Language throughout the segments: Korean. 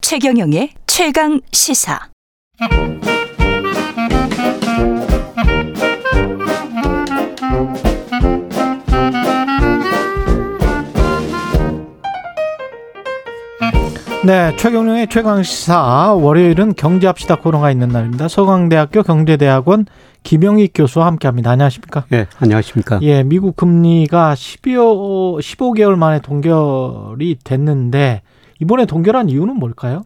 최경영의 최강 시사. 네, 최경룡의 최강시사 월요일은 경제합시다 코너가 있는 날입니다. 서강대학교 경제대학원 김영익 교수와 함께합니다. 안녕하십니까? 예, 안녕하십니까. 예, 미국 금리가 12여 15개월 만에 동결이 됐는데 이번에 동결한 이유는 뭘까요?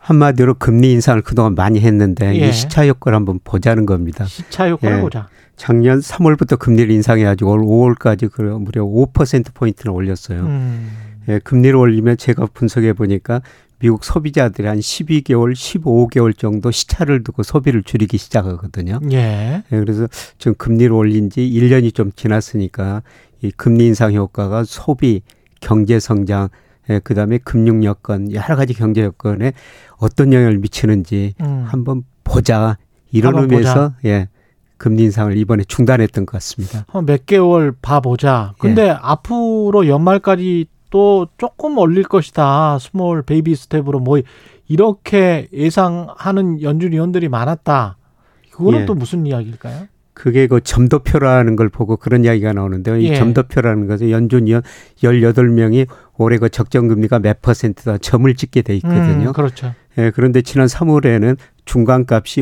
한마디로 금리 인상을 그동안 많이 했는데 예. 이 시차 효과를 한번 보자는 겁니다. 시차 효과를 예. 보자. 작년 3월부터 금리를 인상해가지고 올 5월까지 그 무려 5% 포인트를 올렸어요. 음, 예, 금리를 올리면 제가 분석해 보니까 미국 소비자들이 한 12개월, 15개월 정도 시차를 두고 소비를 줄이기 시작하거든요. 예. 예, 그래서 지금 금리를 올린 지 1년이 좀 지났으니까 이 금리 인상 효과가 소비, 경제 성장, 예, 그다음에 금융 여건 여러 가지 경제 여건에 어떤 영향을 미치는지 음. 한번 보자 이런 한번 의미에서 예, 금리 인상을 이번에 중단했던 것 같습니다. 한 몇 개월 봐보자. 근데 예. 앞으로 연말까지 또 조금 올릴 것이다. 스몰 베이비 스텝으로 뭐 이렇게 예상하는 연준 위원들이 많았다. 그거는 예. 또 무슨 이야기일까요? 그게 그 점도표라는 걸 보고 그런 이야기가 나오는데요. 이 예. 점도표라는 것은 연준 위원 18명이 올해 그 적정금리가 몇 퍼센트다 점을 찍게 돼 있거든요. 음, 그렇죠. 예, 그런데 지난 3월에는 중간값이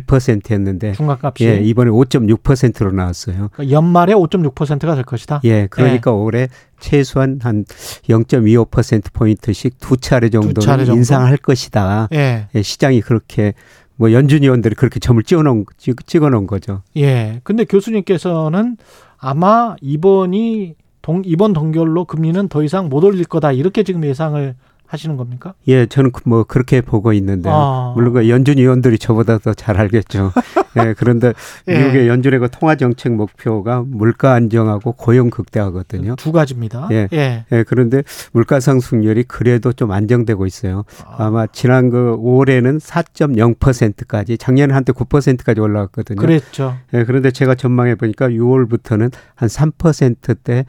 5.1%였는데 중간값이 예, 이번에 5.6%로 나왔어요. 그러니까 연말에 5.6%가 될 것이다. 예, 그러니까 올해 최소한 한 0.25% 포인트씩 두 차례 정도는 두 차례 정도? 인상할 것이다. 예, 예, 시장이 그렇게 뭐 연준 위원들이 그렇게 점을 찍어 놓은 찍어 놓은 거죠. 예. 근데 교수님께서는 아마 이번이 동, 이번 동결로 금리는 더 이상 못 올릴 거다 이렇게 지금 예상을 하시는 겁니까? 예, 저는 그- 뭐 그렇게 보고 있는데 요 아, 물론 그 연준 위원들이 저보다 더 잘 알겠죠. 예, 그런데 예. 미국의 연준의 그 통화 정책 목표가 물가 안정하고 고용 극대화거든요. 두 가지입니다. 예. 예, 그런데 물가 상승률이 그래도 좀 안정되고 있어요. 아마 지난 그 올해는 4.0%까지 작년에 한때 9%까지 올라왔거든요. 그랬죠. 예, 그런데 제가 전망해 보니까 6월부터는 한 3%대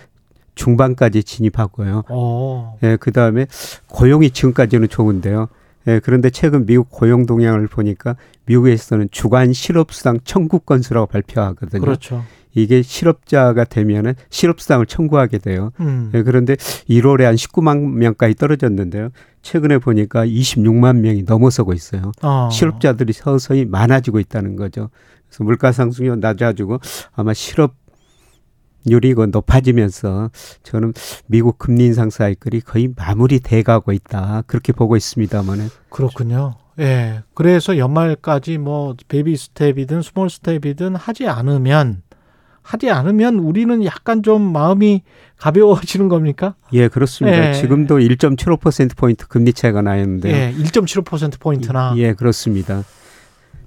중반까지 진입하고요. 어. 예, 그다음에 고용이 지금까지는 좋은데요. 예, 그런데 최근 미국 고용 동향을 보니까 미국에서는 주간 실업수당 청구 건수라고 발표하거든요. 그렇죠. 이게 실업자가 되면은 실업수당을 청구하게 돼요. 음. 예, 그런데 1월에 한 19만 명까지 떨어졌는데요. 최근에 보니까 26만 명이 넘어서고 있어요. 어. 실업자들이 서서히 많아지고 있다는 거죠. 그래서 물가 상승률 낮아지고 아마 실업률이 그 높아지면서 저는 미국 금리 인상 사이클이 거의 마무리돼 가고 있다. 그렇게 보고 있습니다만은 그렇군요. 예. 그래서 연말까지 뭐 베이비 스텝이든 스몰 스텝이든 하지 않으면 하지 않으면 우리는 약간 좀 마음이 가벼워지는 겁니까? 예, 그렇습니다. 예. 지금도 1.75% 포인트 금리 차이가 나 있는데요. 예. 1.75% 포인트나 네. 예, 그렇습니다.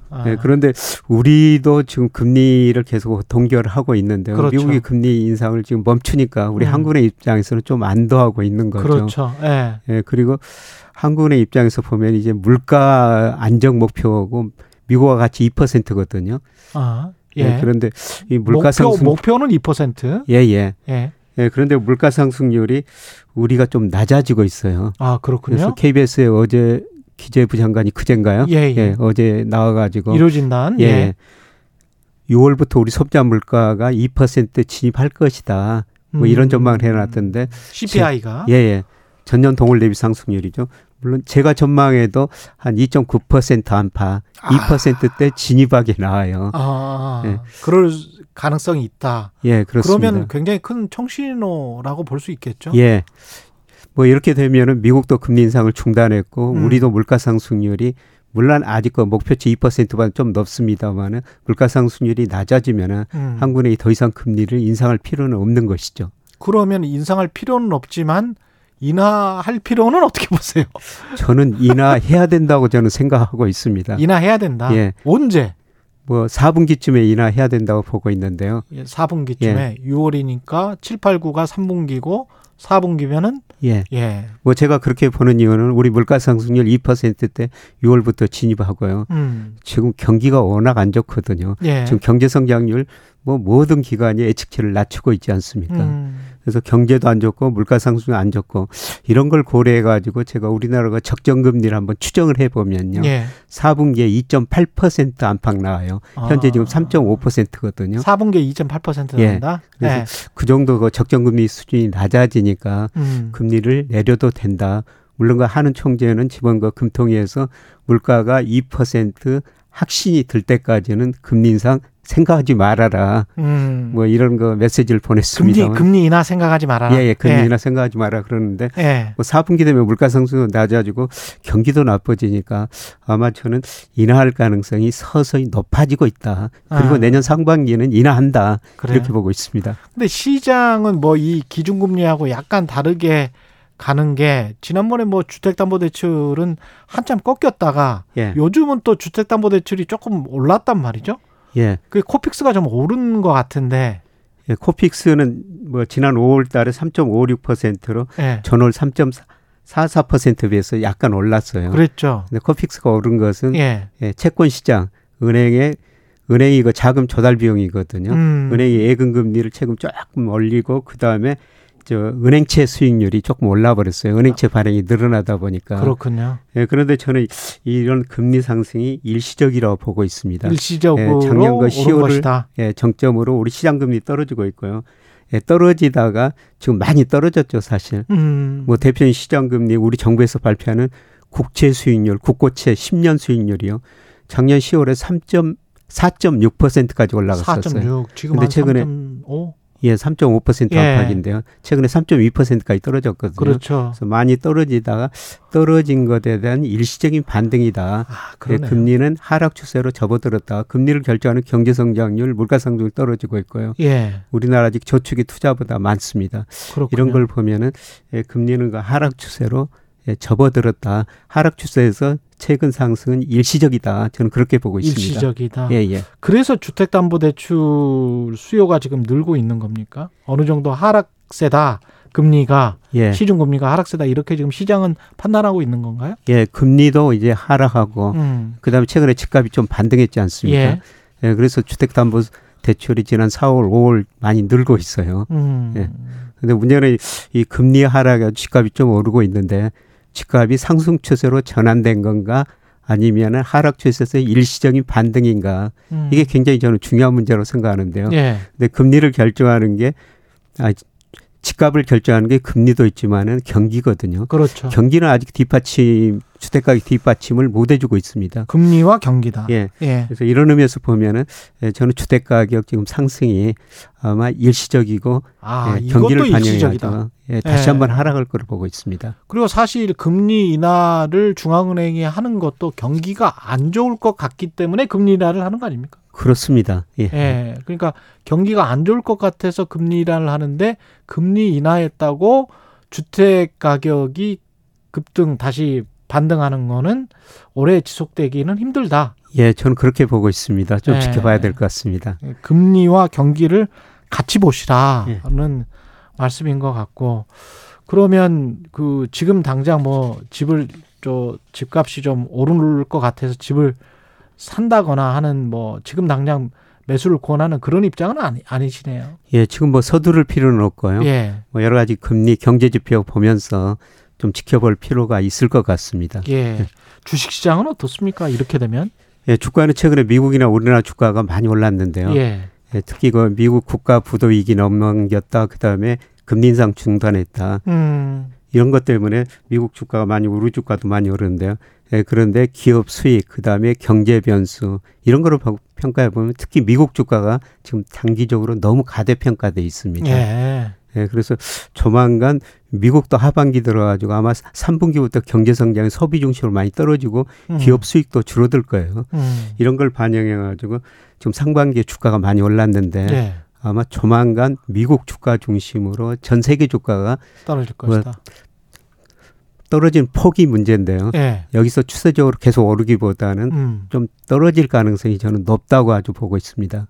아, 예, 그런데 우리도 지금 금리를 계속 동결하고 있는데요. 그렇죠. 미국이 금리 인상을 지금 멈추니까 우리 음. 한국의 입장에서는 좀 안도하고 있는 거죠. 그렇죠. 예. 예, 그리고 한국의 입장에서 보면 이제 물가 안정 목표고 미국과 같이 2%거든요. 아. 예. 예, 그런데 이 물가 상승 목표, 목표는 2%. 예, 예. 예. 예, 그런데 물가 상승률이 우리가 좀 낮아지고 있어요. 아, 그래서 그렇군요. KBS에 어제 기재부 장관이 그젠가요? 예, 예. 어제 나와 가지고 이료 진단. 예. 예. 6월부터 우리 소비자 물가가 2% 진입할 것이다. 음. 뭐 이런 전망을 해놨던데, CPI가 예, 예. 전년 동월 대비 상승률이죠. 물론 제가 전망해도 한 2.9% 안팎, 2%대 진입하게 나와요. 아, 예. 그럴 가능성이 있다. 예, 그렇습니다. 그러면 굉장히 큰 청신호라고 볼 수 있겠죠. 예. 뭐 이렇게 되면은 미국도 금리 인상을 중단했고 음. 우리도 물가 상승률이 물론 아직 그 목표치 2%만 좀 높습니다만은 물가 상승률이 낮아지면은 음. 한국이 더 이상 금리를 인상할 필요는 없는 것이죠. 그러면 인상할 필요는 없지만 인하할 필요는 어떻게 보세요? 저는 인하해야 된다고 저는 생각하고 있습니다. 인하해야 된다. 아. 예. 언제? 뭐 4분기쯤에 인하해야 된다고 보고 있는데요. 예, 4분기쯤에 6월이니까 7, 8, 9가 3분기고 4분기면은 예. 예. 뭐 제가 그렇게 보는 이유는 우리 물가 상승률 2%대 6월부터 진입하고요. 음. 지금 경기가 워낙 안 좋거든요. 예. 지금 경제 성장률 뭐 모든 기관이 예측치를 낮추고 있지 않습니까? 음. 그래서 경제도 안 좋고 물가 상승도 안 좋고 이런 걸 고려해 가지고 제가 우리나라가 적정 금리를 한번 추정을 해 보면요. 예. 4분기에 2.8% 안팎 나와요. 어. 현재 지금 3.5%거든요. 4분기 2.8% 예. 된다. 그래서 네. 그 정도 그 적정 금리 수준이 낮아지니까 음. 금리를 내려도 된다. 물론 그 한은 총재는 지번 그 금통위에서 물가가 2% 확신이 들 때까지는 금리 인상 생각하지 말아라. 음. 뭐 이런 거 메시지를 금리 보냈습니다. 금리 인하 생각하지 말아라. 예, 예, 금리나 생각하지 마라 그러는데 예. 예. 뭐 4분기 되면 물가 상승도 낮아지고 경기도 나빠지니까 아마 저는 인하할 가능성이 서서히 높아지고 있다. 그리고 아. 내년 상반기에는 인하한다. 그래요. 이렇게 보고 있습니다. 근데 시장은 뭐 이 기준금리하고 약간 다르게 가는 게 지난번에 뭐 주택담보대출은 한참 꺾였다가 예. 요즘은 또 주택담보대출이 조금 올랐단 말이죠. 예. 그 코픽스가 좀 오른 것 같은데. 예, 코픽스는 뭐 지난 5월 달에 3.56%로 예. 전월 3.44% 비해서 약간 올랐어요. 그랬죠. 근데 코픽스가 오른 것은 예. 예, 채권 시장 은행의 은행이 이거 자금 조달 비용이거든요. 그러니까 음. 은행이 예금 금리를 최근 조금 올리고 그다음에 저 은행채 수익률이 조금 올라 버렸어요. 은행채 발행이 늘어나다 보니까. 아. 그렇군요. 예, 그런데 저는 이런 금리 상승이 일시적이라고 보고 있습니다. 일시적으로 예, 작년 거 오른 10월을 것이다. 예, 정점으로 우리 시장 금리 떨어지고 있고요. 예, 떨어지다가 지금 많이 떨어졌죠, 사실. 음. 뭐 대표님 시장 금리 우리 정부에서 발표하는 국채 수익률, 국고채 10년 수익률이요. 작년 10월에 3. 4.6%까지 올라갔었어요. 4.6 지금 근데 한 최근에 3.5 예, 3.5% 예. 안팎인데요. 최근에 3.2%까지 떨어졌거든요. 그렇죠. 그래서 많이 떨어지다가 떨어진 것에 대한 일시적인 반등이다. 아 예, 그러네요. 금리는 하락 추세로 접어들었다. 금리를 결정하는 경제 성장률, 물가 상승이 떨어지고 있고요. 예, 우리나라 아직 저축이 투자보다 많습니다. 그렇군요. 이런 걸 보면은 예, 금리는 그 하락 추세로 예, 접어들었다. 하락 추세에서 최근 상승은 일시적이다. 저는 그렇게 보고 있습니다. 일시적이다. 예, 예. 그래서 주택담보대출 수요가 지금 늘고 있는 겁니까? 어느 정도 하락세다 금리가 예. 시중금리가 하락세다 이렇게 지금 시장은 판단하고 있는 건가요? 예, 금리도 이제 하락하고 음. 그다음에 최근에 집값이 좀 반등했지 않습니까? 예. 예. 그래서 주택담보 대출이 지난 4월, 5월 많이 늘고 있어요. 음. 예. 근데 문제는 이 금리 하락에 집값이 좀 오르고 있는데 집값이 상승 추세로 전환된 건가 아니면 하락 추세에서 일시적인 반등인가 음. 이게 굉장히 저는 중요한 문제로 생각하는데요. 예. 근데 금리를 결정하는 게 아, 집값을 결정하는 게 금리도 있지만은 경기거든요. 그렇죠. 경기는 아직 뒷받침 주택 가격 뒷받침을 못 해주고 있습니다. 금리와 경기다. 예. 아, 예. 그래서 이런 의미에서 보면은 예, 저는 주택 가격 지금 상승이 아마 일시적이고 아, 예, 이것도 경기를 일시적이다. 반영해가지고 예, 다시 예. 한번 하락할 거로 보고 있습니다. 그리고 사실 금리 인하를 중앙은행이 하는 것도 경기가 안 좋을 것 같기 때문에 금리 인하를 하는 거 아닙니까? 그렇습니다. 예. 예. 그러니까 경기가 안 좋을 것 같아서 금리 인하를 하는데 금리 인하했다고 주택 가격이 급등 다시 반등하는 거는 오래 지속되기는 힘들다. 예, 저는 그렇게 보고 있습니다. 좀 예. 지켜봐야 될 것 같습니다. 금리와 경기를 같이 보시라는 말씀인 것 같고 그러면 그 지금 당장 뭐 집을 저 집값이 좀 오를 것 같아서 집을 산다거나 하는 뭐 지금 당장 매수를 권하는 그런 입장은 아니, 아니시네요. 예, 지금 뭐 서두를 필요는 없고요. 예, 뭐 여러 가지 금리 경제 지표 보면서 좀 지켜볼 필요가 있을 것 같습니다. 예. 주식시장은 어떻습니까? 이렇게 되면 예, 주가는 최근에 미국이나 우리나라 주가가 많이 올랐는데요. 예, 예, 특히 그 미국 국가 부도 위기 넘겼다. 그다음에 금리 인상 중단했다. 음, 이런 것 때문에 미국 주가가 많이 우리 주가도 많이 오르는데요. 예, 그런데 기업 수익 그다음에 경제 변수 이런 거를 봐- 평가해 보면 특히 미국 주가가 지금 단기적으로 너무 가대평가돼 있습니다. 예, 예, 그래서 조만간 미국도 하반기 들어가지고 아마 3분기부터 경제 성장이 소비 중심으로 많이 떨어지고 음, 기업 수익도 줄어들 거예요. 음, 이런 걸 반영해 가지고 지금 상반기에 주가가 많이 올랐는데 예, 아마 조만간 미국 주가 중심으로 전 세계 주가가 떨어질 것이다. 떨어진 폭이 문제인데요. 예, 여기서 추세적으로 계속 오르기보다는 음. 좀 떨어질 가능성이 저는 높다고 아주 보고 있습니다.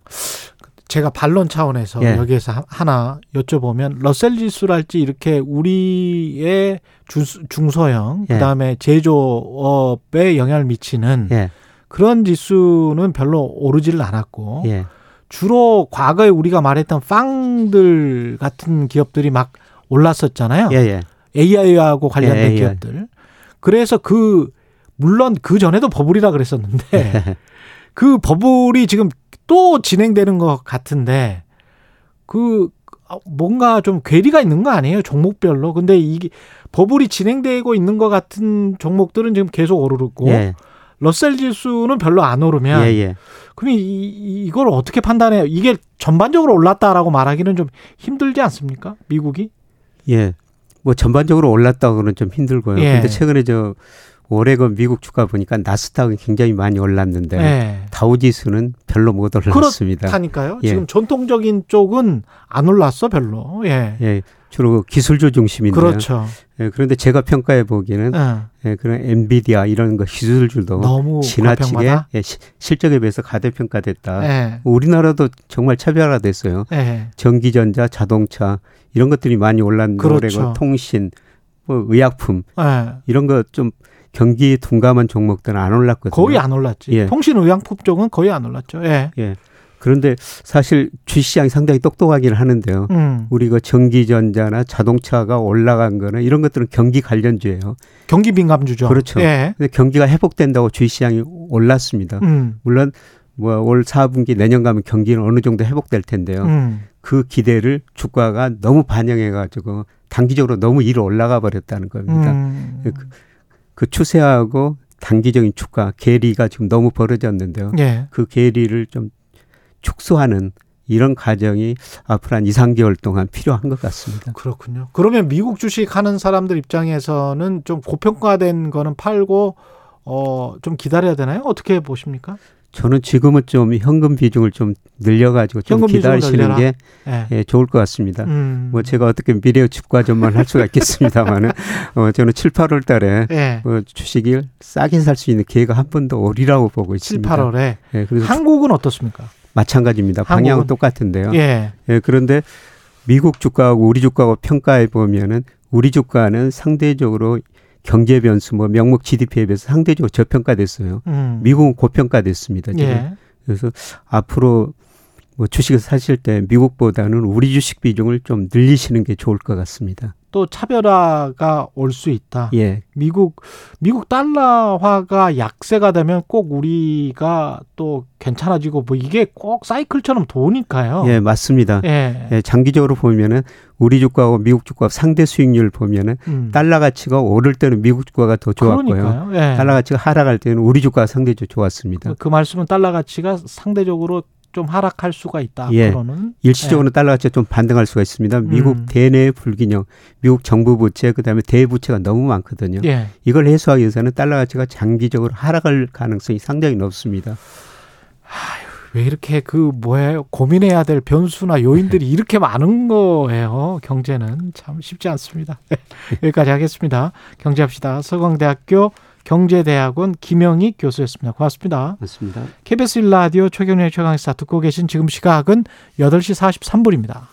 제가 반론 차원에서 예. 여기에서 하- 하나 여쭤보면 러셀 지수랄지 이렇게 우리의 주, 중소형 예. 그다음에 제조업에 영향을 미치는 예, 그런 지수는 별로 오르지를 않았고 예, 주로 과거에 우리가 말했던 빵들 같은 기업들이 막 올랐었잖아요. 예, 예. AI하고 관련된 예, 예. 기업들. 그래서 그 물론 그 전에도 버블이라 그랬었는데 그 버블이 지금 또 진행되는 것 같은데 그 뭔가 좀 괴리가 있는 거 아니에요 종목별로? 근데 이게 버블이 진행되고 있는 것 같은 종목들은 지금 계속 오르고 예, 러셀 지수는 별로 안 예, 오르면 예. 그럼 이- 이, 이걸 어떻게 판단해요? 이게 전반적으로 올랐다라고 말하기는 좀 힘들지 않습니까? 미국이? 예. 뭐 전반적으로 올랐다고는 좀 힘들고요. 예. 근데 최근에 저 올해 그 미국 주가 보니까 나스닥은 굉장히 많이 올랐는데 예. 다우지수는 별로 못 올랐습니다. 그렇다니까요. 예. 지금 전통적인 쪽은 안 올랐어 별로. 예. 예. 주로 기술주 중심인데요. 그렇죠. 예, 그런데 제가 평가해 보기에는 예. 예, 그런 엔비디아 이런 거 기술주도 너무 뭐 지나치게 아. 과평가다. 예, 시- 실적에 비해서 가대평가됐다. 예. 우리나라도 정말 차별화됐어요. 예. 전기전자, 자동차 이런 것들이 많이 올랐는데 그렇죠. 올해고 통신, 뭐 의약품 예. 이런 거 좀 경기 둔감한 종목들은 안 올랐거든요. 거의 안 올랐지. 예. 통신의약품 쪽은 거의 안 올랐죠. 예. 그런데 사실 주시장이 상당히 똑똑하긴 하는데요. 음. 우리 그 전기전자나 자동차가 올라간 거는 이런 것들은 경기 관련주예요. 경기 민감주죠. 그렇죠. 예. 근데 경기가 회복된다고 주시장이 올랐습니다. 음. 물론 뭐 올 4분기 내년 가면 경기는 어느 정도 회복될 텐데요. 음. 그 기대를 주가가 너무 반영해 가지고 단기적으로 너무 위로 올라가 버렸다는 겁니다. 음. 그 추세하고 단기적인 주가 괴리가 지금 너무 벌어졌는데요. 예. 그 괴리를 좀 축소하는 이런 과정이 앞으로 한 2, 3개월 동안 필요한 것 같습니다. 그렇군요. 그러면 미국 주식 하는 사람들 입장에서는 좀 고평가된 거는 팔고 어, 좀 기다려야 되나요? 어떻게 보십니까? 저는 지금은 좀 현금 비중을 좀 늘려가지고 좀 현금 비중을 기다리시는 늘려라. 게 예. 예, 좋을 것 같습니다. 음. 뭐 제가 어떻게 미래 주가 전망을 할 수가 있겠습니다만은 어, 저는 7, 8월 달에 예. 어, 주식을 싸게 살 수 있는 기회가 한 번 더 오리라고 7, 보고 있습니다. 8월에 예, 그래서 한국은 어떻습니까? 마찬가지입니다. 방향은 한국은- 똑같은데요. 예. 예. 그런데 미국 주가하고 우리 주가하고 평가해 보면은 우리 주가는 상대적으로 경제 변수 뭐 명목 GDP에 비해서 상대적으로 저평가됐어요. 음. 미국은 고평가됐습니다. 지금. 예. 그래서 앞으로 뭐 주식을 사실 때 미국보다는 우리 주식 비중을 좀 늘리시는 게 좋을 것 같습니다. 또 차별화가 올 수 있다. 예, 미국 미국 달러화가 약세가 되면 꼭 우리가 또 괜찮아지고 뭐 이게 꼭 사이클처럼 도니까요. 예, 맞습니다. 예. 예, 장기적으로 보면은 우리 주가하고 미국 주가 상대 수익률 보면은 음. 달러 가치가 오를 때는 미국 주가가 더 좋았고요. 그러니까요. 예. 달러 가치가 하락할 때는 우리 주가가 상대적으로 좋았습니다. 그, 그 말씀은 달러 가치가 상대적으로 좀 하락할 수가 있다. 예. 앞으로는 일시적으로 달러 가치가 좀 반등할 수가 있습니다. 미국 음. 대내 불균형, 미국 정부 부채, 그다음에 대부채가 너무 많거든요. 예. 이걸 해소하기 위해서는 달러 가치가 장기적으로 하락할 가능성이 상당히 높습니다. 왜 이렇게 그 뭐예요? 고민해야 될 변수나 요인들이 이렇게 많은 거예요. 경제는 참 쉽지 않습니다. 네, 여기까지 하겠습니다. 경제합시다. 서강대학교 경제대학원 김영희 교수였습니다. 고맙습니다. 맞습니다. KBS 1라디오 최경련의 최강시사 듣고 계신 지금 시각은 8시 43분입니다.